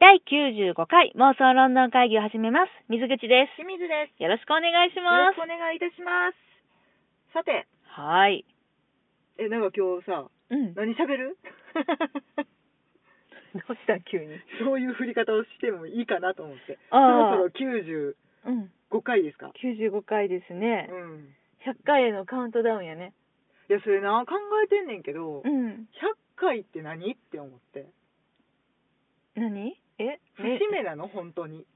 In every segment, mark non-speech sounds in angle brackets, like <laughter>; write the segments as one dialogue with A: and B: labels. A: 第95回妄想論論会議を始めます。水口で
B: 清水です
A: す。よろしくお願いし
B: よろ
A: ま
B: し
A: す
B: くお。願いいたしますさて
A: はい。
B: えなんか今日さ
A: うん。
B: 何喋 <laughs> る
A: うした急に。
B: そういう振り方をしてもいいかなと思ってそ
A: ああ
B: ろそろ95
A: うん。
B: 回ですか
A: 95回ですね
B: う。ん
A: 100回へのカウントダウンやね。
B: いやそれな考えてんねんけど、100
A: ん。
B: 回って何って思って
A: 何え
B: 節目なの本当に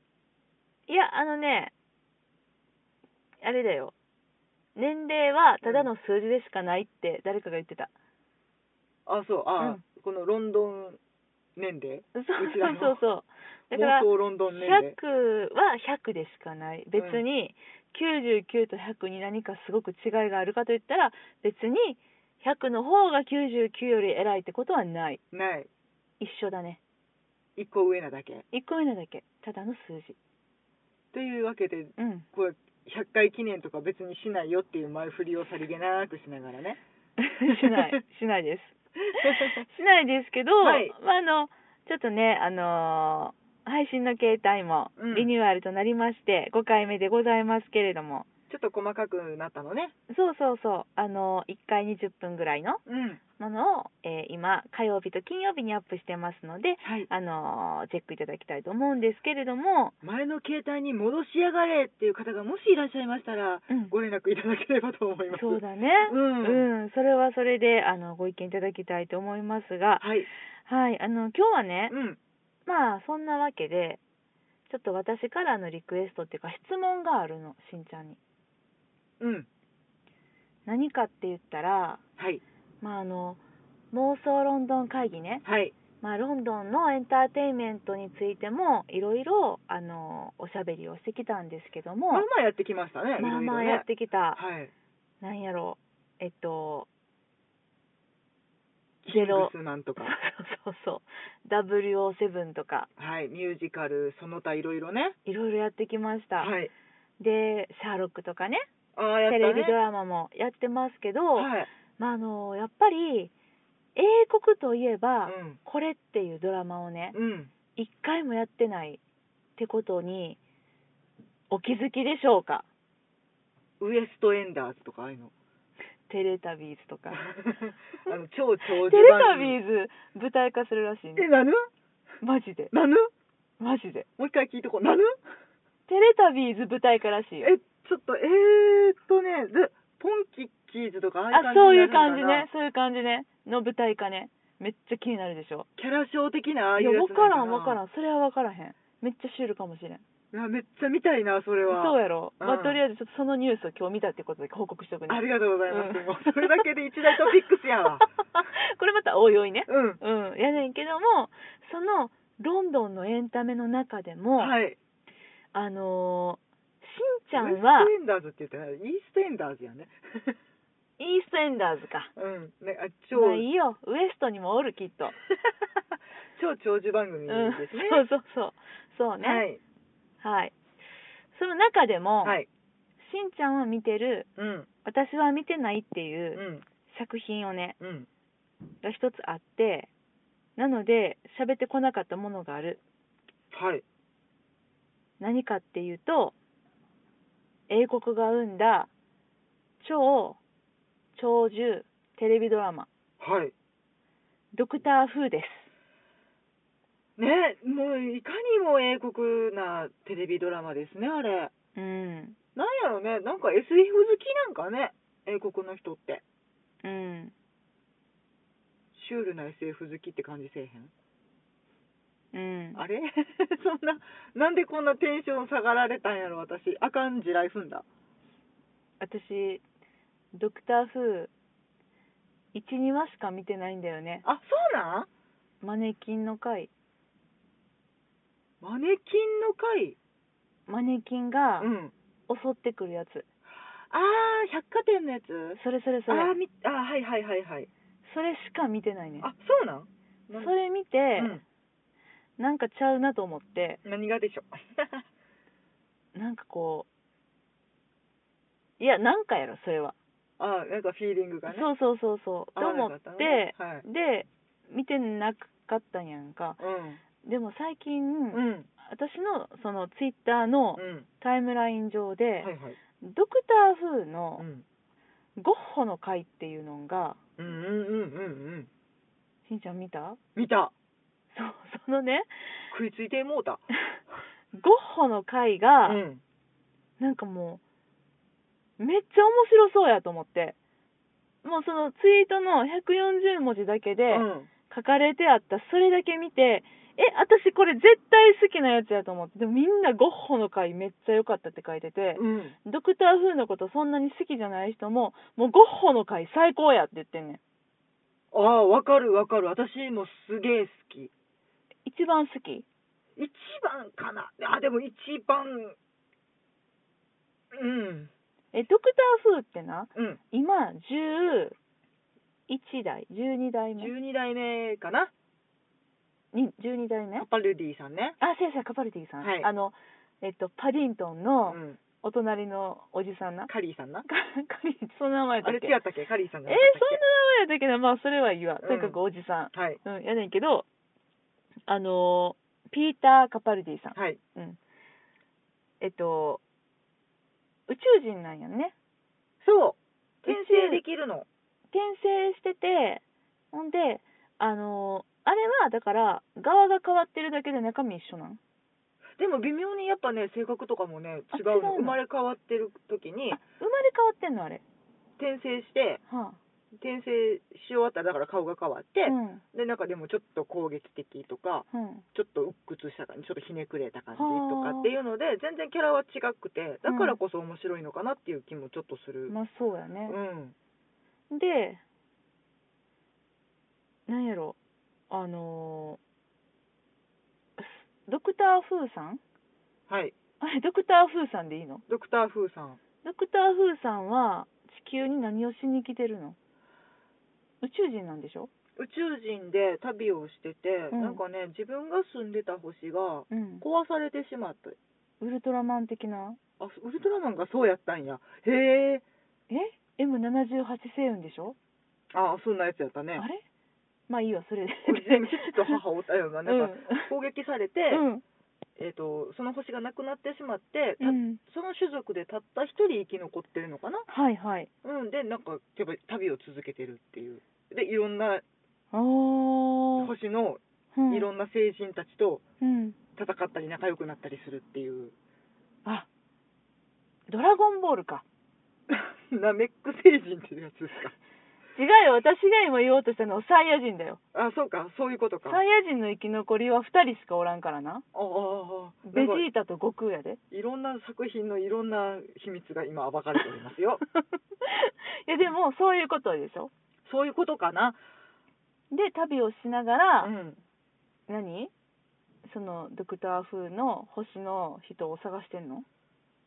A: いや、あのね、あれだよ。年齢はただの数字でしかないって誰かが言ってた。
B: あそう
A: う
B: あ、
A: ん
B: このロンドン年齢
A: そう
B: ちら
A: <laughs>
B: の
A: そうそう。だから、
B: 妄想ロンドン年齢
A: 100は100でしかない別に99と100に何かすごく違いがあるかといったら別に100の方が99より偉いってことはない
B: ない
A: 一緒だね
B: 1個上なだけ
A: 1個目なだけただの数字
B: というわけで <laughs>
A: うん
B: これ100回記念とか別にしないよっていう前振りをさりげなくしなが
A: <laughs>
B: らね
A: しないしない
B: <laughs>
A: ですしないですけど、
B: はい
A: まあ、あのちょっとねあのー配信の形態も
B: うん
A: リニューアルとなりまして、5回目でございますけれども
B: ちょっと細かくなったのね
A: そうそうそうあの1回20分ぐらいの
B: うん
A: ものを、えー今火曜日と金曜日にアップしてますので、
B: はい
A: あのーチェックいただきたいと思うんですけれども、
B: 前の携帯に戻しやがれっていう方がもしいらっしゃいましたら
A: うん
B: ご連絡いただければと思います
A: そうだね、
B: うん
A: うんそれはそれであのご意見いただきたいと思いますが、
B: はい
A: はい、あの今日はね、
B: うん
A: まあそんなわけでちょっと私からのリクエストっていうか質問があるのしんちゃんに。
B: うん
A: 何かって言ったら、
B: はい
A: まあ、あの妄想ロンドン会議ね、
B: はい
A: まあ、ロンドンのエンターテインメントについてもいろいろあのおしゃべりをしてきたんですけども、
B: まあまあやってきましたね
A: まあまあ
B: いろいろね
A: やってきた、
B: はい
A: なんやろうえっと
B: キ
A: ゼ
B: ング
A: ロ
B: スマンとか
A: そうそうそう007とか
B: はいミュージカルその他いろいろね
A: いろいろやってきました、
B: はい
A: でシャーロックとかね
B: ああやった
A: テ
B: ね
A: レビドラマもやってますけど、
B: はい
A: まああのやっぱり英国といえば、
B: うん
A: これっていうドラマをね
B: うん
A: 一回もやってないってことにお気づきでしょうか
B: ウエストエンダーズとかああいうの
A: テレタビーズとか <laughs>
B: <laughs> あの超長
A: テ
B: 寿
A: レタ
B: 番組
A: ビーズ舞台化するらしいね
B: えなぬ
A: マジで
B: なぬ
A: マジで
B: もう一回聞いとこうなぬ
A: テレタビーズ舞台化らしいよ
B: えちょっとえー、っとねでポンキッキーズとかああ
A: あそうい
B: いうう感
A: 感
B: じ
A: じ
B: になるのかな
A: ねそういう感じねの舞台化ねめっちゃ気になるでしょ
B: キャラショー的なああ
A: い
B: い
A: や
B: うや
A: 分
B: つ
A: からん分から
B: ん
A: んそれは分からへんめっちゃシュールかもしれん
B: いやめっちゃ見たいなそれは
A: そうやろ、
B: うん
A: まあ、とりあえずちょっとそのニュースを今日見たってことで報告しとくね
B: ありがとうございます、
A: ん
B: もうそれだけで一大トピックスやわ
A: <laughs> これまたおいおいね
B: うん
A: うんやねんけどもそのロンドンのエンタメの中でも、
B: はい
A: あのーしんちゃん
B: ウ
A: は
B: エストエンダーズって言ったらイーストエンダーズやね
A: イーストエンダーズか
B: うんねあ超、
A: まあいいよウエストにもおるきっと
B: <laughs> 超長寿番組
A: う
B: です
A: ん
B: ね、
A: そうそうそうそうね
B: はい
A: はい、その中でも、
B: はい
A: しんちゃんは見てる
B: うん
A: 私は見てないっていううん作品をね
B: うん
A: が一つあってなので喋ってこなかったものがある
B: はい
A: 何かっていうと英国が生んだ超長寿テレビドラマ
B: はい
A: 「ドクター・フー」です
B: ねもういかにも英国なテレビドラマですねあれ
A: うん
B: なんやろねなんか SF 好きなんかね英国の人って
A: うん
B: シュールな SF 好きって感じせえへ
A: うん
B: んあれ <laughs> そんななんでこんなテンション下がられたんやろ私あかん地雷踏んだ
A: 私「ドクター・フー」12話しか見てないんだよね
B: あそうなん
A: マネキンの回
B: マネキンの回
A: マネキンが
B: うん
A: 襲ってくるやつ
B: あー百貨店のやつ
A: それそれそれ
B: あーみあーはいはいはいはい
A: それしか見てないね
B: あそうなん
A: そ
B: なん
A: れ見て、
B: うん
A: なんかちゃうなと思って
B: 何がで <laughs> しょう
A: なんかこういやなんかやろそれは、
B: あーなんかフィーリングがね
A: そうそうそうそう
B: あ
A: と
B: ー
A: 思
B: な
A: っ
B: んかあった
A: て
B: ねはい
A: で見てなかったんやんか
B: うん
A: でも最近、
B: うん。
A: 私のそのツイッターの
B: うん。
A: タイムライン上で、
B: はいはい。
A: ドクター風の
B: ん。
A: ゴッホの回っていうのが、
B: うんうんうんうんうん。
A: しんちゃん見た
B: 見た。
A: そう <laughs> その
B: <laughs>
A: ね
B: 食いついてもうた。
A: ゴッホの回が、
B: うん。
A: なんかもうめっちゃ面白そうやと思ってもうそのツイートの140文字だけで
B: うん
A: 書かれてあったそれだけ見て、え私これ絶対好きなやつやと思ってでもみんなゴッホの回めっちゃ良かったって書いてて、
B: うん。
A: ドクター風のことそんなに好きじゃない人ももうゴッホの回最高やって言ってんねん
B: ああ、わかるわかる。私もすげえ好き。
A: 一番好き
B: 一番かな。あ、でも一番。うん。
A: えドクター風ってな
B: うん。
A: 今11代12代目
B: 12代目かな。
A: に12代目
B: カパルディさんね。
A: あ、先生、カパルティさん。
B: はい
A: あの、えっと、パディントン
B: う
A: の
B: ん。
A: お隣のおじさんな。
B: カリーさんな。
A: カリー、その名前だ
B: あ
A: っ
B: れ
A: け
B: 違ったっけカリーさん
A: えー、そんな名前
B: が
A: だっけな、まあ、それはいいわ。とにかくおじさ
B: な。はい。
A: ん。うん、やねんけど、あのー、ピーター・カパルディさん。
B: はい。
A: うん。えっと、宇宙人なんやね。
B: そう。
A: 宇宙
B: 転生できるの。
A: 転生してて、ほんで、あのー、あれは、だから、側が変わってるだけで中身一緒なん
B: でも微妙にやっぱね性格とかもね違う
A: あ違うの
B: の生まれ変わってる時に
A: あ生まれ変わってんの、あれ。
B: 転生して
A: はあ。
B: 転生し終わったらだから顔が変わって、
A: うん。
B: でなんかでもちょっと攻撃的とか
A: うん。
B: ちょっと鬱屈した感じちょっとひねくれた感じ
A: はあ
B: とかっていうので全然キャラは違くてだからこそ面白いのかなっていう気もちょっとする、
A: まあそうや
B: う
A: ね、
B: ん
A: でなんやろあのードクター・フーさん
B: はい
A: あれドクター・フーさんでいいの
B: ドクター・フーさん
A: ドクター・フーさんは地球に何をしに来てるの宇宙人なんでしょ
B: 宇宙人で旅をしてて、
A: うん
B: なんかね自分が住んでた星が
A: うん
B: 壊されてしまって
A: ウルトラマン的な
B: あウルトラマンがそうやったんやへえ
A: え M78 星雲でしょ、
B: あそんなやつやったね
A: あれまあいいわそれで
B: 父と母をたようななんか攻撃されて、
A: うん
B: えー、とその星がなくなってしまって、た
A: うん、
B: その種族でたった一人生き残ってるのかな、
A: はいはい
B: うん、でなんかやっぱり旅を続けてるっていうでいろんな
A: ああ、
B: 星の
A: うん、
B: いろんな星人たちと
A: うん
B: 戦ったり仲良くなったりするっていう <laughs>
A: あドラゴンボールか。
B: ナメック星人っていうやつですか
A: 違うよ、私が今言おうとしたのはサイヤ人だよ。
B: あそうかそういうことか
A: サイヤ人の生き残りは2人しかおらんからな。
B: ああああ
A: ベジ
B: なんか
A: ータと悟空やで。
B: いろんな作品のいろんな秘密が今暴かれておりますよ
A: <laughs> いや、でもそういうことでしょ。
B: そういうことかな
A: で、旅をしながら、
B: うん
A: 何そのドクター風の星の人を探してんの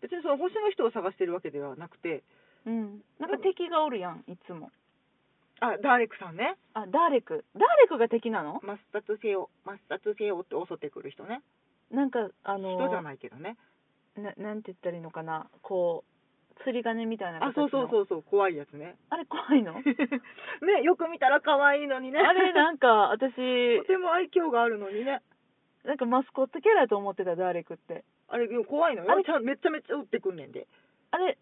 B: 別にその星の人を探してるわけではなくて
A: うん。なんか敵がおるやん、いつも。
B: あダーレクさんね
A: あ、ダーレク。ダーレクが敵なの
B: 抹殺せよ抹殺せよって襲ってくる人ね
A: なんか、あの
B: 人じゃないけどね
A: な、なんて言ったらいいのかな、こう、釣り鐘みたいな
B: あそうそう
A: う。
B: そうそう怖いやつね
A: あれ怖いの
B: <laughs> ねよく見たら可愛いのにね
A: あれ
B: <laughs>
A: なんか私
B: とても愛嬌があるのにね
A: なんかマスコットキャラやと思ってたダーレクって
B: あれでも怖いのよ
A: あれ
B: ちゃんめっちゃめっちゃ撃ってくんねんで
A: あれ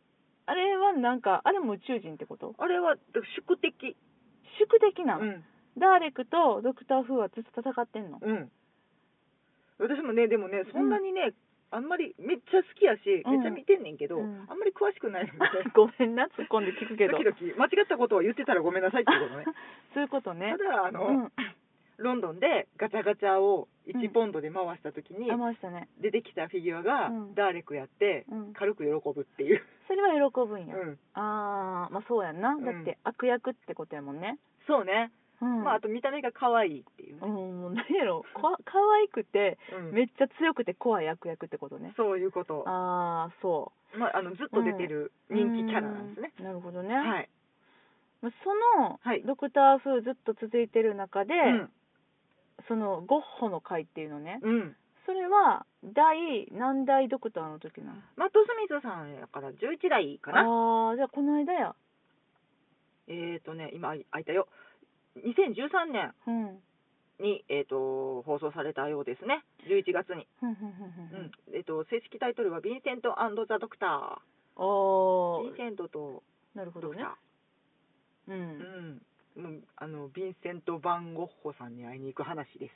A: あれはなんかあれも宇宙人ってこと
B: あれは宿敵
A: 宿敵
B: う
A: なの、
B: ん
A: ダーレクとドクター・フーはずっと戦ってんの
B: うん私もねでもねそんなにね、あんまりめっちゃ好きやし、
A: うん
B: めっちゃ見てんねんけど、
A: うん
B: あんまり詳しくないので
A: <laughs> ごめんな突っ込んで聞くけど
B: 時々間違ったことを言ってたらごめんなさいっていうことね
A: <laughs> そういうことね
B: ただあの、
A: うん
B: ロンドンでガチャガチャを1ポンドで回した時に
A: あましたね
B: 出てきたフィギュアが
A: うん
B: ダーレクやって
A: うん
B: 軽く喜ぶっていう、
A: それは喜ぶん
B: う
A: や、
B: ん、
A: あーまあそうやんなだって悪役ってことやもんね
B: そうね、
A: うん
B: まああと見た目が可愛いっていう
A: う
B: ね
A: ん、もう何やろか可愛くて
B: うん
A: めっちゃ強くて怖い悪役ってことね
B: そういうこと
A: ああそ
B: まあ、あのずっと出てる
A: う
B: 人気キャラなんですね、
A: うんなるほどね、
B: はい、
A: まあその、
B: はい
A: ドクター・フーずっと続いてる中で、
B: うん
A: そのゴッホの回っていうのね、
B: うん
A: それは第何代ドクターの時なの
B: マット・スミスさんやから11代かな
A: ああーじゃあこの間や
B: えっ、ー、とね今あい開いたよ2013年
A: うん
B: に、えー、と放送されたようですね11月に、
A: ふんふんふん
B: う
A: ふん
B: んえー、と正式タイトルは「ヴィンセントザ・ドクター」
A: お
B: ヴィンセントと
A: ーなるほ
B: ド
A: ど
B: ク
A: ね
B: タ
A: う
B: ー、
A: ん、
B: うん、もうあのヴィンセント・バン・ゴッホさんに会いに行く話です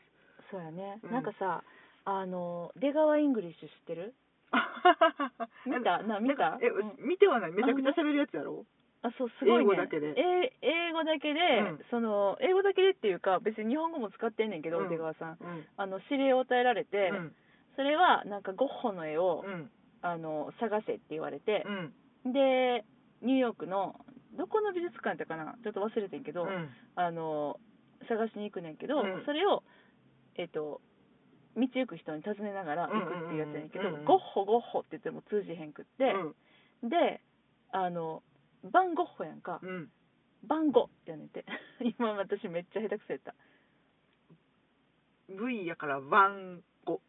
A: そうやね、
B: うん
A: なんかさあの出川イングリッシュ知ってる <laughs> 見たな見た
B: んかえ、
A: うん
B: 見てはないめちゃくちゃ喋るやつやろ
A: あそうすごいね
B: 英語だけで
A: え英語だけで、
B: うん
A: その英語だけでっていうか別に日本語も使ってんねんけど、
B: うん
A: 出川さん
B: うん
A: あの指令を与えられて、
B: うん
A: それはなんかゴッホの絵を、
B: うん
A: あの探せって言われて
B: う、ん
A: でニューヨークのどこの美術館やったかなちょっと忘れてんけど、
B: うん
A: あの探しに行くねんけど、
B: うん
A: それをえっ、と道行く人に尋ねながら行くっていうやつやねんけど、
B: うんうんうんうん
A: ゴッホゴッホって言っても通じへんくって、であのバンゴッホやんか、
B: うんうん
A: バンゴってやねんて <laughs> 今私めっちゃ下手くそやった
B: V やからバンゴ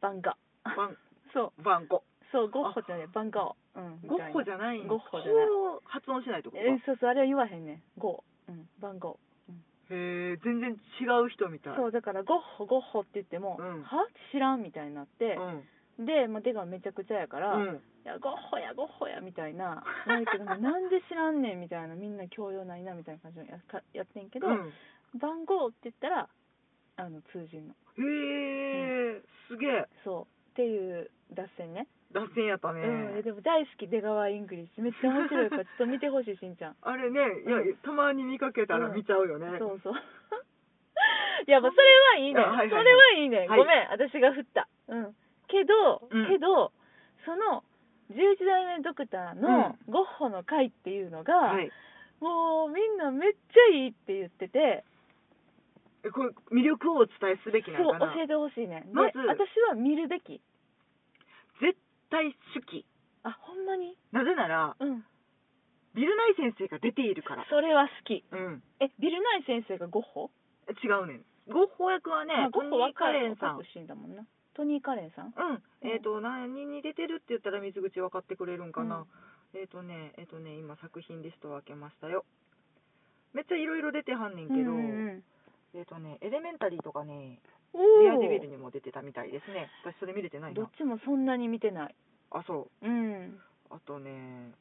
A: バンガ
B: バン
A: <laughs> そう
B: バンゴ
A: そうゴッホじゃねバンガオ、うん、み
B: ゴ
A: たい
B: ッ
A: な
B: ホじゃないんだ
A: ゴッホじゃない
B: こう発音しないってことか
A: えそうそうあれは言わへんねんゴー、うん、バンゴ
B: へえ全然違う人みたい
A: そうだからゴッホゴッホって言っても、
B: うん
A: は知らんみたいになって
B: う、ん
A: で、まあ、出がめちゃくちゃやから、
B: う
A: い
B: ん
A: やゴッホやゴッホやみたいななるけどなんで知らんねんみたいなみんな教養ないなみたいな感じでやかやってんけど、
B: うん
A: 番号って言ったらあの通じんの
B: へえすげえ
A: そうっていう脱線ね、
B: 脱線やったね
A: うんいやでも大好き出川イングリッシュめっちゃ面白いからちょっと見てほしいしんちゃん
B: あれねいやたまに見かけたら見ちゃうよね
A: そう <laughs> そう。いや、まあ、それはいいねん。
B: あはいはいはい
A: それはいいねん。
B: はい
A: ごめん、私が振った。うん。けど、
B: うん
A: けど、その、11代目ドクターのゴッホの回っていうのが、
B: はい
A: もうみんなめっちゃいいって言ってて、
B: えこれ魅力をお伝えすべき
A: そ
B: なの
A: う
B: かな
A: 教えてほしいねん。で、
B: まず
A: 私は見るべき。
B: 絶対手記
A: あ、ほんまに
B: なぜなら
A: うん。
B: ビルナイ先生が出ているから
A: それは好き。
B: うん
A: え、ビルナイ先生がゴッホ、
B: 違うねんゴッホ役はね
A: まあ、ゴッホは
B: カレンさん
A: 若く死んだもんな。トニー・カレンさん
B: うん、えっ、と、何に出てるって言ったら水口分かってくれるんかな。えっ、とね、えっ、とね、今作品リストを開けましたよ。めっちゃいろいろ出てはんねんけど、
A: うんうんうん
B: えっ、とね、エレメンタリーとかね、
A: お
B: デ
A: ー
B: アデビルにも出てたみたいですね。私それ見れてない
A: どっ
B: な。
A: ちもそんなに見てない。
B: あ、そ
A: うん。
B: う。あとね、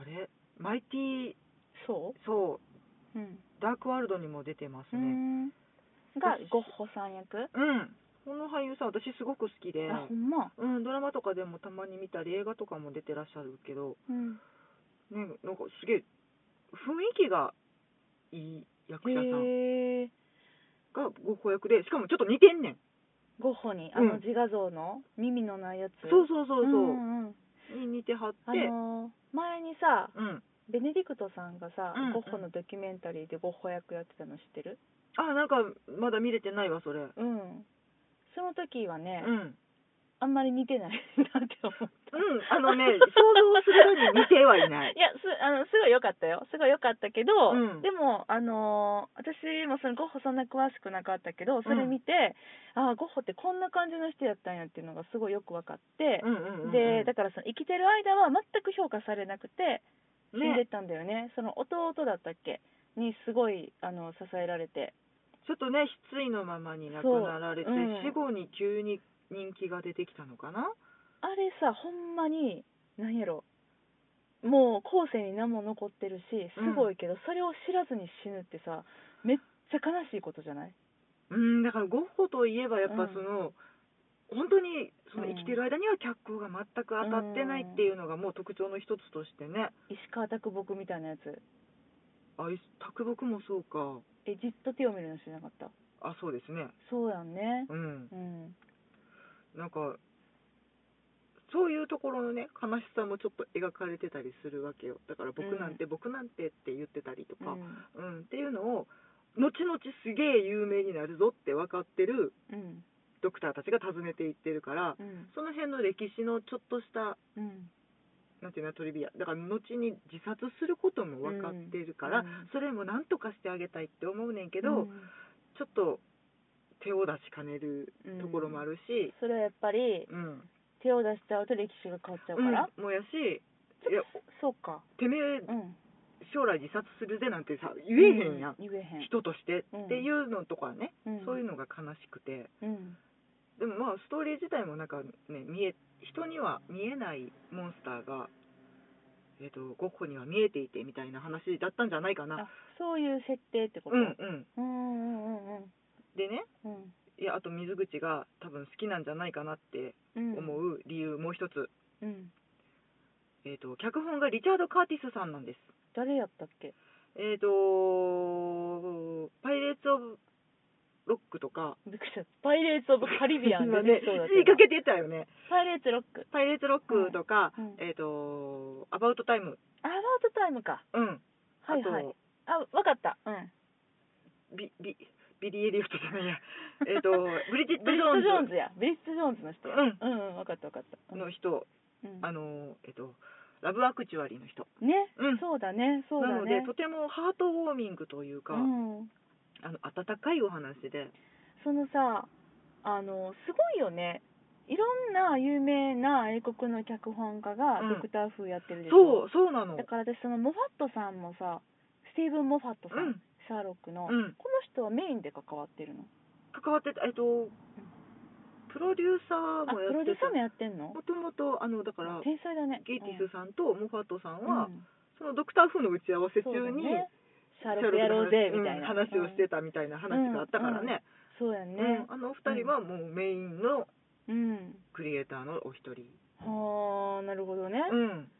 B: あれマイティ
A: そ。
B: そう
A: うん。
B: う、ダークワールドにも出てます
A: うー
B: ね。
A: んがゴッホさん役、
B: うん。この俳優さん、私すごく好きで、
A: あほんま、
B: うん、ドラマとかでもたまに見たり、映画とかも出てらっしゃるけど、
A: うん、
B: ね、なんかすげえ雰囲気がいい役者さん
A: へえ
B: がご子役でしかもちょっと似てんねん、
A: ゴッホにあ
B: うん
A: の自画像の耳のないやつ、
B: そうそうそうそう、
A: んうん
B: に似てはって、
A: あのー前にさ
B: うん
A: ベネディクトさんがさ、
B: うんうん
A: ゴッホのドキュメンタリーでゴッホ役やってたの知ってる
B: あなんかまだ見れてないわそれ、
A: うんその時はね、
B: うんうん
A: あんまり似てない <laughs> なって思った
B: あのね想像するに似てはいない
A: <laughs> いやすあのすごい良かったよすごい良かったけど、
B: うん
A: でもあのー私もそのゴッホそんな詳しくなかったけどそれ見て、ああゴッホってこんな感じの人やったんやっていうのがすごいよく分かって
B: う、んうんうんうん
A: でだからその生きてる間は全く評価されなくて死んでっ
B: ね
A: たんだよねその弟だったっけにすごいあの支えられて
B: ちょっとね失意のままに亡くなられて、
A: そううん
B: 死後に急に人気が出てきたのかな
A: あれさほんまに何やろもう後世に何も残ってるしすごいけど、それを知らずに死ぬってさめっちゃ悲しいことじゃない
B: うんだからゴッホといえばやっ
A: う
B: ぱ
A: ん
B: その、本当にその
A: うん
B: 生きてる間には脚光が全く当たってないっていうのがもう特徴の一つとしてね、
A: 石川啄木みたいなやつ
B: あい卓木もそうか
A: えじっと手を見るの知らなかった
B: あそうですね
A: そうやんね
B: うん
A: うん
B: なんかそういうところのね悲しさもちょっと描かれてたりするわけよだから僕なんて、僕なんてって言ってたりと
A: う
B: か、
A: ん
B: うんっていうのを後々すげえ有名になるぞって分かってる
A: うん
B: ドクターたちが訪ねていってるから、
A: うん
B: その辺の歴史のちょっとした
A: うん
B: なんていうのトリビアだから後に自殺することも分かってるから、
A: うんうん
B: それも何とかしてあげたいって思うねんけど、
A: うん
B: ちょっと手を出しかねる
A: うん
B: ところもあるし、
A: それはやっぱり
B: うん
A: 手を出しちゃうと歴史が変わっちゃうから、
B: うんもやしい
A: ちょ
B: や
A: そうか
B: てめ
A: う
B: え
A: ん
B: 将来自殺するぜなんてさ言えへんやん、
A: 言えへん
B: 人として、
A: うん
B: っていうのとかね、
A: うん
B: そういうのが悲しくて
A: うん
B: でもまあストーリー自体もなんかね見え人には見えないモンスターが、えー、とゴッホには見えていてみたいな話だったんじゃないかな
A: あそういう設定ってこ
B: う
A: と
B: んうん
A: うんうんうんうん
B: でね
A: うん
B: いやあと水口が多分好きなんじゃないかなって
A: うん
B: 思う理由、もう一つ、
A: うん
B: えー、と脚本がリチャード・カーティスさんなんです
A: 誰やったっけ
B: えっ、とパイレーツ・オブ・ロックとか
A: びっくりしたパイレーツ・オブ・カリビアン
B: <laughs> 今
A: 出
B: ね
A: てきそうだった
B: 言いかけてたよね
A: パイレーツ・ロック
B: パイレーツ・ロックとか、
A: うんうん
B: えっ、とアバウト・タイム
A: アバウトタイムか
B: うんあと、
A: はいはいあわかったうん
B: ビビビリー・エリオットじゃないやえっ
A: <laughs>
B: とブリジット・
A: ブリ
B: ジ
A: ット・ジ
B: ョ
A: ョー
B: ー
A: ン
B: ン
A: ズやブリット・ジョーンズの人や
B: うん
A: うんうんわかったわかった
B: ズ
A: うん
B: の人、
A: うん
B: あのえっ、とラブ・アクチュアリーの人
A: ね
B: うん
A: そうだねそうだ
B: なので
A: ね
B: とてもハートウォーミングというか、
A: うん
B: あの温かいお話で
A: そのさあのすごいよねいろんな有名な英国の脚本家が
B: うん
A: ドクター風やってるでしょ、
B: そうそうなの
A: だから私そのモファットさんもさスティーブン・モファットさん、
B: うん
A: シャーロックの、
B: うん
A: この人はメインで関わってるの
B: 関わってたえっ、とプロデューサー
A: あ
B: も
A: プ
B: や
A: ロ
B: っ
A: デュー
B: て
A: サーも
B: た
A: やってんの
B: もともとあのだから
A: 天才だね
B: ゲイティスさんとモファットさんは、
A: うん
B: そのドクター風の打ち合わせ中
A: そうだ
B: に、
A: ねシャーロッ
B: シ
A: ク
B: ャ
A: や
B: ーロ
A: ろ
B: ッ
A: う
B: クの
A: ぜみたいな、
B: うん話をしてたみたいな話があったからね,
A: そうや
B: うん、
A: ね
B: あのお二人はもうメインの
A: うん、
B: クリエイターのお一人
A: はあなるほどね、
B: うん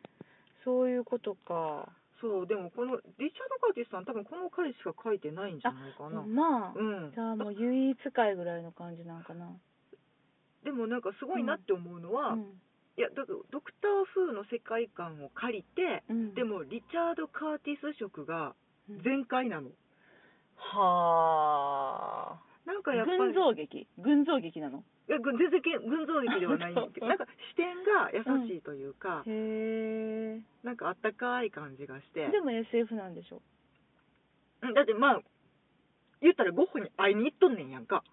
A: そういうことか
B: そうでもこのリチャード・カーティスさん多分この回しか書いてないんじゃないかな
A: まあ、
B: うん
A: じゃあもう唯一回ぐらいの感じなんかな
B: でもなんかすごいなって思うのは、
A: うん
B: いやだからドクター風の世界観を借りて、
A: うん、
B: でもリチャード・カーティス色が
A: うん
B: 全開なの、
A: はあ
B: なんかやっぱり
A: 群像劇群像劇なの
B: いやぐ全然け群像劇ではないんだけど
A: 本
B: なん
A: 当
B: か視点が優しいというか、
A: へ
B: なんかあったかい感じがし
A: え
B: て
A: でも SF なんでしょ
B: うんだってまあ言ったらゴッホに会いに行っとんねんやんか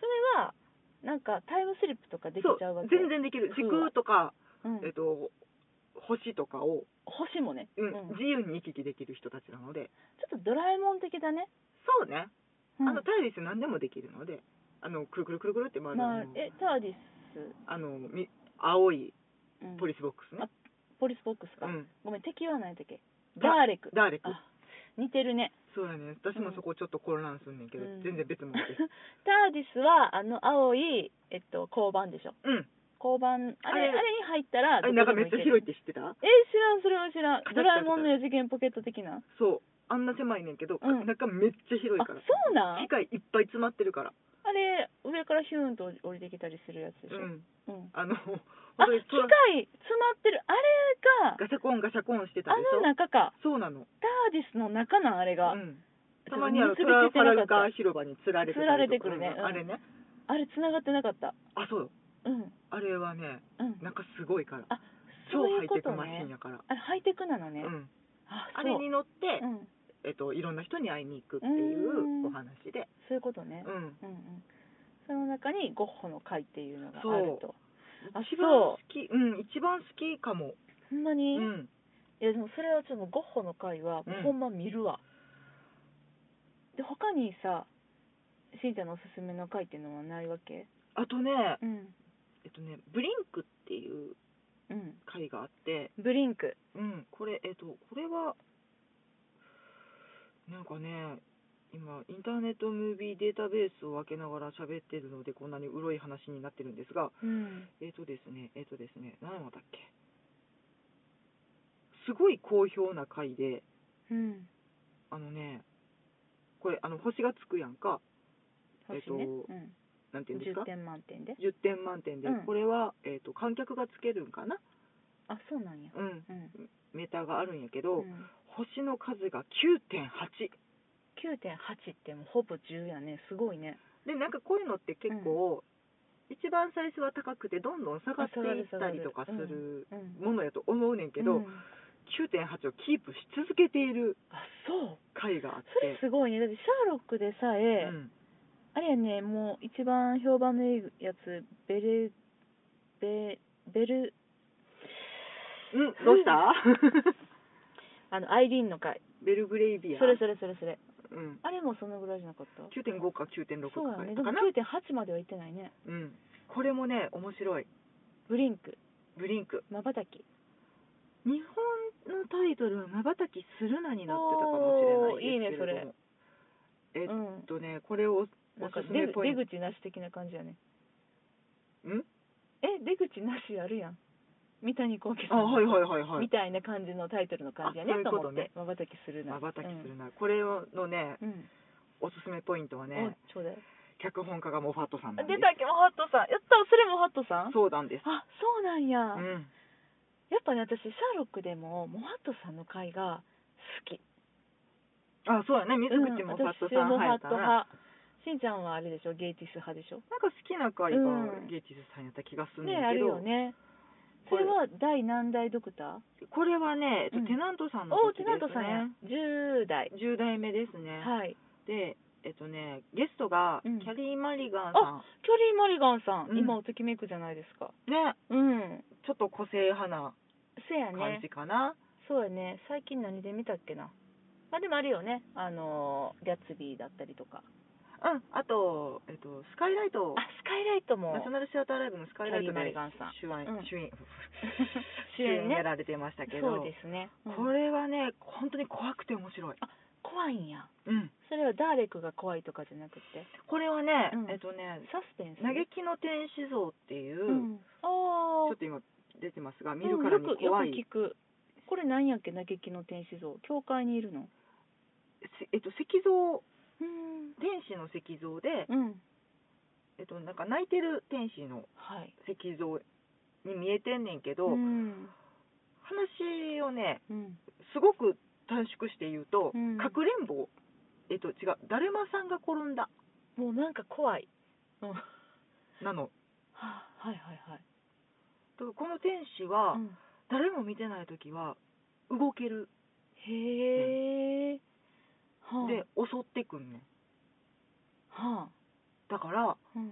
A: それはなんかタイムスリップとかできちゃうわけ
B: そう全、然できる時
A: 風は
B: 空とか、
A: うん
B: えっと、星とかを、
A: 星もね、
B: うん
A: うん
B: 自由に行き来できる人たちなので
A: ちょっとドラえもん的だね、
B: そうね、
A: うん
B: あのタイリス何でもできるのであのくるくるくるくるって回る、
A: まあ
B: あの、
A: えターディス、
B: あのみ青い
A: うん
B: ポリスボックスね
A: あ、ポリスボックスか、
B: うん、
A: ごめん敵は何だっけ
B: ダ
A: ダーレク
B: ダーレク
A: あ似てるね
B: そうやね私もそこちょっと混乱すんねんけ
A: う
B: ど、
A: ん
B: 全然別
A: <laughs>
B: 物です
A: ターディスはあの青いえっと交番でしょ
B: うん
A: 交番あれ
B: あれ
A: あれに入ったら
B: あれなんか
A: どこ
B: め
A: でも
B: っ
A: 行
B: ちゃ
A: け
B: 広い
A: る
B: って知ってた
A: え知らんそれは知らん
B: 形
A: ドラえもんの四次元ポケット的な
B: そうあんな狭いねんけど、
A: うん
B: 中めっちゃ広い
A: あ
B: から
A: そうなん
B: 機械いっぱい詰まってるから
A: あれ上からヒューンと降りてきたりするやつでし
B: う
A: ょ、
B: ん
A: うん <laughs>
B: あの
A: あ
B: 本当に
A: 機
B: トラ
A: 械詰まってるあれが
B: ガシャコンガシャコンしてた
A: あ
B: でしょ
A: の中か
B: そうなの、
A: ターディスの中なんあれが、
B: うん、たまにあのトラ
A: 結びつい
B: フ
A: て
B: ァ
A: な
B: ラ
A: か
B: ガ
A: っ
B: ー広場につられてたりとか
A: つられてくるね
B: うん
A: うん
B: あれね
A: たあれ繋がってなかった
B: あそう
A: うん
B: あれはね
A: うん
B: なんかすごいから
A: あ
B: 超
A: そうい
B: ハ
A: う
B: イ
A: こ
B: テ
A: と
B: クマシン
A: ね
B: やから
A: あれハイテクなのね、
B: うん、
A: あそう
B: あれに乗って、
A: うん、
B: えっと、いろんな人に会いに行くって
A: う
B: い
A: ん
B: うお話で、
A: そういうことね
B: う、ん、
A: うんうんその中にゴッホの会っていうのがあ
B: そう
A: るとあ
B: 一番
A: そう
B: 好きうん一番好きかも、
A: ほんま
B: う
A: に、い
B: ん、
A: やでもそれはちょっとゴッホの会は
B: うん
A: ほんま見るわ、で他にさしんちゃんのおすすめの会っていうのはないわけ
B: あとね
A: うん
B: えっとねブリンクっていう
A: うん
B: 回があって、
A: ブリンク
B: うん、これえっとこれはなんかね今インターネットムービーデータベースを分けながら喋ってるのでこんなにうろい話になってるんですが
A: うん
B: えっ、とですねえっ、とですね何だったっけすごい好評な回で
A: うん
B: あのねこれあの星がつくやんかえっ
A: 星
B: と
A: ね、
B: なんて
A: う
B: い
A: ん、
B: うんですか
A: 10点満点で
B: 10点満点で、
A: うん
B: これは、えー、と観客がつけるんかな、
A: あそうなんや
B: うん、
A: うん、
B: メーターがあるんやけ
A: う
B: ど、
A: ん、
B: 星の数が9.8
A: 9.8ってもうほぼ10やねすごいね
B: でなんかこういうのって結構、一番最初は高くてどんどん下がっていったりとかする
A: うんうん
B: ものやと思うねんけど、
A: うん
B: 9.8をキープし続けている
A: あそう
B: 回があっ
A: それ
B: て、
A: すごいねだってシャーロックでさえ、
B: うん
A: あれやねもう一番評判のいいやつベルベベル
B: うん、どうした
A: <laughs> あのアイリーンの回
B: ベルグレイビア
A: それそれそれそれ
B: うん、
A: あれもそのぐらいじゃなかった
B: 9.5か9.6
A: そうや
B: か
A: ねでも
B: かな、
A: 9.8までは行ってないね
B: うん、これもね面白い
A: ブリンク
B: ブリンク
A: まばたき
B: 日本のタイトルは「まばたきするな」になってたかもしれないですけれども
A: う
B: えっ
A: ん
B: とねこれをおす
A: なんか
B: すめ
A: 出
B: ポイ
A: 出
B: ント
A: 口なし的な感じやね
B: ん
A: え出口なしあるやん三谷幸喜さ
B: あ
A: ん
B: はいはいはいは
A: み
B: い
A: たいな感じのタイトルの感じやね
B: あそういう
A: と
B: こと
A: 思って
B: ね
A: まばたきするな
B: まばたきするな、これをのね
A: うん、うん
B: おすすめポイントはね
A: おちょうだい
B: 脚本家がモファットさん
A: あ
B: なんで
A: 出
B: す
A: たっけもハットさんやったそれもハットさん
B: そうなんです
A: あそうなんや、
B: うん
A: やっぱね私シャーロックでもモハットさんの回が好き
B: あそうやね水口モファットさん
A: うん私モハッ
B: 入っ
A: ト派
B: たな
A: しんちゃんはあれでしょゲイティス派でしょ
B: なんか好きな回
A: う
B: が
A: ん
B: ゲイティスさんやった気がするん
A: ねあ
B: だけ
A: るよ
B: ど、
A: ねそ
B: こ
A: れ
B: れ
A: は第何代ドクタ
B: これはね、えっと
A: うん
B: テナントさ
A: ー
B: んの
A: おう
B: 時
A: ち
B: で
A: な
B: す
A: とさんや
B: ね
A: 10代
B: 10代目ですね、
A: はい
B: でえっとねゲストが
A: うん
B: キャリー・マリガンさ
A: あキャリー・マリガンさん、
B: うん
A: 今おときめくじゃないですか
B: ん、ね
A: うん
B: ちょっと個性派な
A: せや
B: 感
A: ね
B: じかな、
A: そうやね最近何で見たっけなまあでもあるよねあのーギャッツビーだったりとか
B: うんあとえっとスカイライト
A: あスカイライトも
B: ナショナルシアターライブのスカイライト
A: キャリ
B: で
A: ーマリガンさん
B: 主演、
A: うん
B: 主演
A: <laughs> 主
B: 主
A: 演ね
B: 演やられてましたけど
A: そうですね、うん
B: これはね本当に怖くて面白い
A: 怖いんや
B: うん
A: それはダーレクが怖いとかじゃなくて
B: これはね、
A: うん
B: えっとね
A: サスペンス
B: 嘆きの天使像っていう、
A: うん、あ
B: ちょ
A: あ
B: っと今出てますが見るからに
A: うん
B: 怖い、
A: よくよく聞くこれなんやっけ嘆きの天使像教会にいるの
B: せえっと石像
A: うん
B: 天使の石像で、
A: うん
B: えっとなんか泣いてる天使の
A: はい
B: 石像に見えてんねんけど、
A: うん
B: 話をね
A: うん
B: すごく短縮して言うと、
A: うん
B: かくれんぼえっと違うだるまさんが転んだ
A: もうなんか怖い、うん、は
B: なの
A: あはいはいはい
B: とこの天使は、
A: うん
B: 誰も見てない時は動ける、
A: へえ、はあ、
B: で襲ってくんねん
A: はあ
B: だから
A: うん、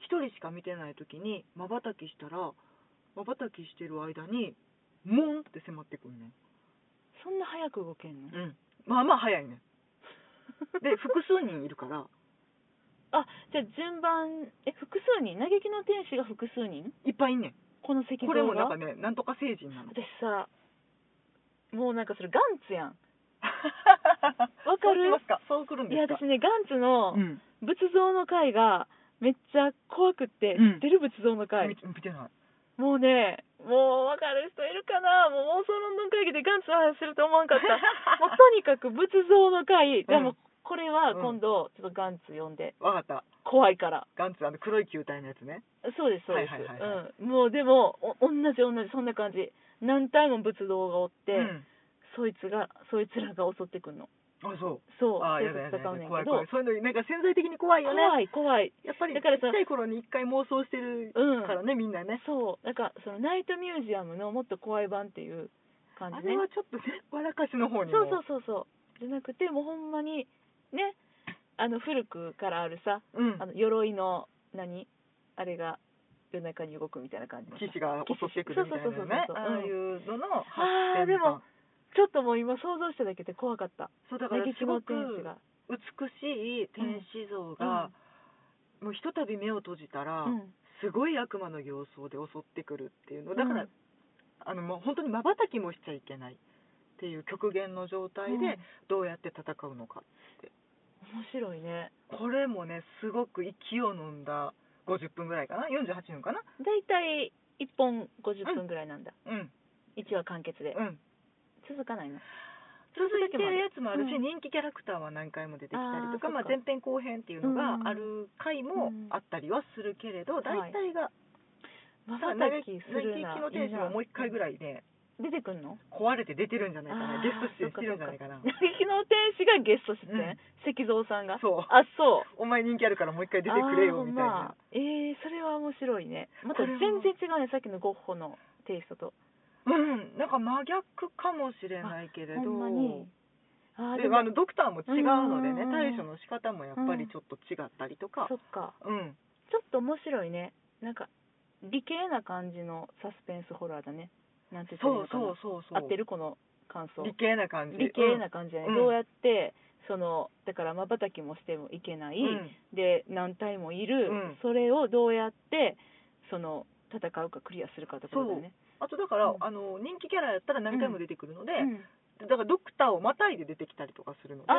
B: 一人しか見てない時にまばたきしたらまばたきしてる間にモンって迫ってくんねん
A: そんな早く動けんの、
B: うんまあまあ早いねんで複数人いるから
A: あじゃあ順番え複数人嘆きの天使が複数人
B: いっぱい
A: <laughs>
B: いんね
A: この石
B: ん
A: 像が
B: これもなんかねなんとか星人
A: <laughs>
B: なの
A: 私さもうなんかそれガンツやん
B: わ
A: かる
B: そうきますかそう来るん
A: い
B: で
A: や
B: すか
A: 私ねガンツの
B: うん
A: 仏像の回がめっちゃ怖くって、
B: うん
A: 知ってる仏像の回
B: 見て見てない
A: もうねもう分かる人いるかなもう妄想論文会議でガンツの話すると思わんかった
B: <laughs>
A: もうとにかく仏像の回、で
B: う
A: も
B: ん
A: これは今度ちょっとガンツ呼んで
B: わかった
A: 怖いから
B: ガンツあの黒い球体のやつね
A: そうですそうです、
B: はいはいはいは
A: うん、もうでもお同じ同じそんな感じ何体も仏像がおって、
B: うん
A: そいつがそいつらが襲ってくんの
B: あそう
A: そう
B: あーや
A: そ
B: だ
A: い
B: や
A: つ
B: だ
A: と戦う
B: やだ
A: ねん
B: 怖
A: け
B: い
A: ど
B: 怖いそういうのなんか潜在的に怖いよね
A: 怖い怖い
B: やっぱり
A: だ
B: ちっ
A: から
B: ち
A: その
B: ゃい頃に一回妄想してる
A: うん
B: からね、みんなね
A: そうなんかそのナイトミュージアムのもっと怖い版っていう感
B: あ
A: じね
B: れはちょっとね笑かしの方に
A: そうそう
B: う
A: そうそうじゃなくてもうほんまにねあの古くからあるさ、
B: そう、うん、
A: あの鎧の何あれが夜中に動くみたいな感じのさ
B: 騎士が襲ってくるみたいなね
A: そうそうそうそうそう
B: ああいうのの
A: あー
B: 発展版
A: でもちょっともう今想像しただけで怖かった
B: そうだから
A: 嘆
B: す
A: き
B: ご
A: の
B: く
A: 天使が
B: 美しい天使像が、もうひとたび目を閉じたら、
A: うん
B: すごい悪魔の形相で襲ってくるっていうのだから、
A: うん
B: あのもう本当にまばたきもしちゃいけないっていう極限の状態
A: うん
B: でどうやって戦うのか、
A: 面白いね
B: これもねすごく息を飲んだ50分ぐらいかな48分かな
A: 大体1本50分ぐらいなんだ、
B: うん
A: 一1話完結で、
B: うん
A: 続かないの
B: 続いてるやつもあるし、
A: うん
B: 人気キャラクターは何回も出てきたりとか
A: あー
B: まあ、
A: そっか
B: 前編後編っていうのがある回もあったりはするけれど、
A: うん
B: 大体が、
A: ま
B: さ
A: ばたきするな
B: 嘆きの天使はもう一回ぐらいね
A: 出てくんの
B: 壊れて出てるんじゃないか
A: あ
B: な
A: ー
B: ゲスト出演してるんじゃないかな
A: そっそっ嘆きの天使がゲスト出
B: う
A: 演、石像さんが
B: そう
A: あそう
B: お前人気あるからもう一回出てくれ
A: あー
B: よみたいな
A: まあ、えー、それは面白いねまた
B: これ
A: 全
B: は
A: 然違うねさっきのゴッホのテイストと
B: うんなんか真逆かもしれないけれど
A: ほんまにあー
B: で
A: でも
B: あのドクターも違うのでね
A: うん
B: 対処の仕方もやっぱりちょっと違ったりとか
A: そっか
B: うん
A: ちょっと面白いねなんか理系な感じのサスペンスホラーだねなんて言ったらい
B: そ
A: いうのかな
B: そうそうそう
A: 合ってるこの感想
B: 理系な感じ
A: 理系な感じじゃない、
B: うん
A: どうやってそのだからまばたきもしてもいけない、
B: うん
A: で何体もいる、
B: うん
A: それをどうやってその戦うかクリアするかってことだよね。
B: あとだから、
A: うん
B: あの人気キャラやったら何回も出てくるので、
A: うん
B: だからドクターをまたいで出てきたりとかするので
A: ああ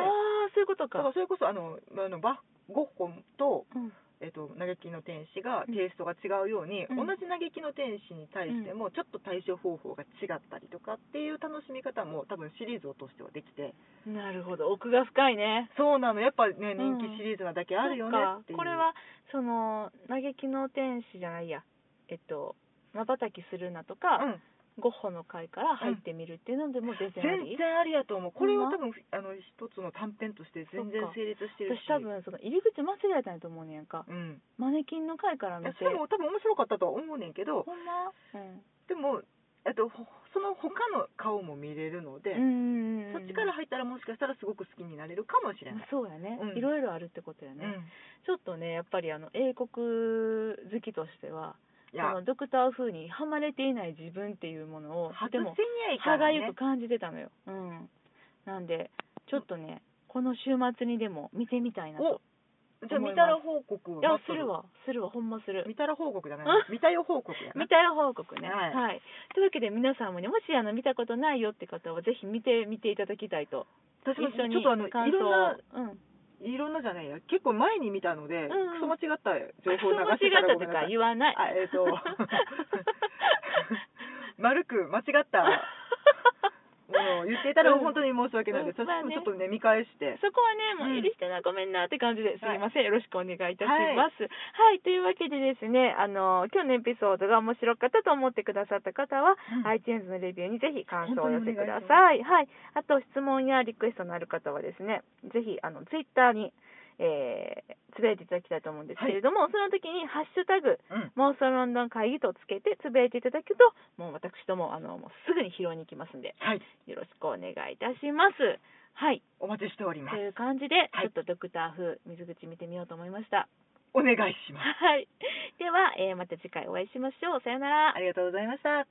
A: そういうこと
B: だから
A: か。
B: それこそあのあのバゴッホンと,、
A: うん
B: えっと嘆きの天使が
A: うん
B: テイストが違うように、
A: うん
B: 同じ嘆きの天使に対してもちょっと対処方法が違ったりとかっていう楽しみ方も多分シリーズを通してはできて
A: なるほど奥が深いね。
B: そうなのやっぱね
A: うん
B: 人気シリーズなだけあるよね
A: そっ
B: っ
A: か
B: ていう、
A: これはその嘆きの天使じゃないやえっとまばたきするなと
B: う
A: か、
B: ん
A: ゴッホの回から入ってみるっていうのでも全然あり。
B: 全然ありやと思うこれは多分あの一つの短編として全然
A: そっか
B: 成立してるし
A: 私多分その入り口間違えたんやと思うねんやんか。
B: うん
A: マネキンの回から
B: い
A: 見
B: や
A: て。
B: それも多分面白かったとは思うねんけど
A: ほんま。うん。
B: でもえっとほその他の顔も見れるので、
A: うん
B: そっちから入ったらもしかしたらすごく好きになれるかもしれない。
A: そうやね、
B: うん
A: いろいろあるってことや
B: う
A: ね、
B: ん、
A: ちょっとねやっぱりあの英国好きとしてはいそ
B: や、
A: のドクター風にはまれていない自分っていうものをと
B: 外せ
A: て
B: にゃ
A: も
B: いか
A: 歯
B: ら
A: が
B: ね
A: ゆく。感じてたのよ、うん、なんでちょっとねこの週末にでも見てみたいなと
B: お、じゃあ見たら報告を
A: い
B: 待
A: や
B: っ
A: す
B: と
A: る。わするわほんまする
B: 見たら報告じゃない
A: うん。
B: 見たよ報告やな
A: 見。たよ報告ね
B: はい
A: はい、というわけで皆さんもねもしあの見たことないよって方はぜひ見てみていただきたいと
B: 私も
A: 一緒に
B: ちょっとあのい
A: 感想
B: ろんな
A: うん
B: いろんなじゃないや、結構前に見たので、
A: ん
B: クソ間違った情報を流してたらごめんなさ
A: 間違ったとか
B: い。
A: 言わない
B: あ、えっ、
A: <laughs>
B: と、丸く間
A: <laughs>
B: 違 <laughs> ったものを言っていたら本当に申し訳ないです。
A: うんまあ
B: 私も
A: ね
B: ちょっとね見返して。
A: そこはね、も
B: う
A: うん許してな、ごめんなって感じですいません、よろしくお願いいたします。はい、というわけでですね、あの、今日のエピソードが面白かったと思ってくださった方は、
B: うん
A: iTunes のレビューにぜひ感想を寄せてくだ
B: 本当にお
A: さい。はい。あと、質問やリクエストのある方はですね、ぜひ、あの、Twitter に、えー、つぶやいていただきたいと思うんですけれども、その時に、ハッシュタグ、
B: うん。
A: 妄想ロンドン会議とつけてつぶやいていただくと、もう私ども、あの、もうすぐに拾いに行きますんで、
B: はい。
A: よろしくお願いいたします。はい。
B: お待ちしておりま
A: と
B: す。
A: いう感じで、
B: は
A: ち
B: い
A: ょっとドクター風水口見てみようと思いました。
B: お願いします。
A: はい。では、えーまた次回お会いしましょう。さよなら
B: あ。りがとうございました。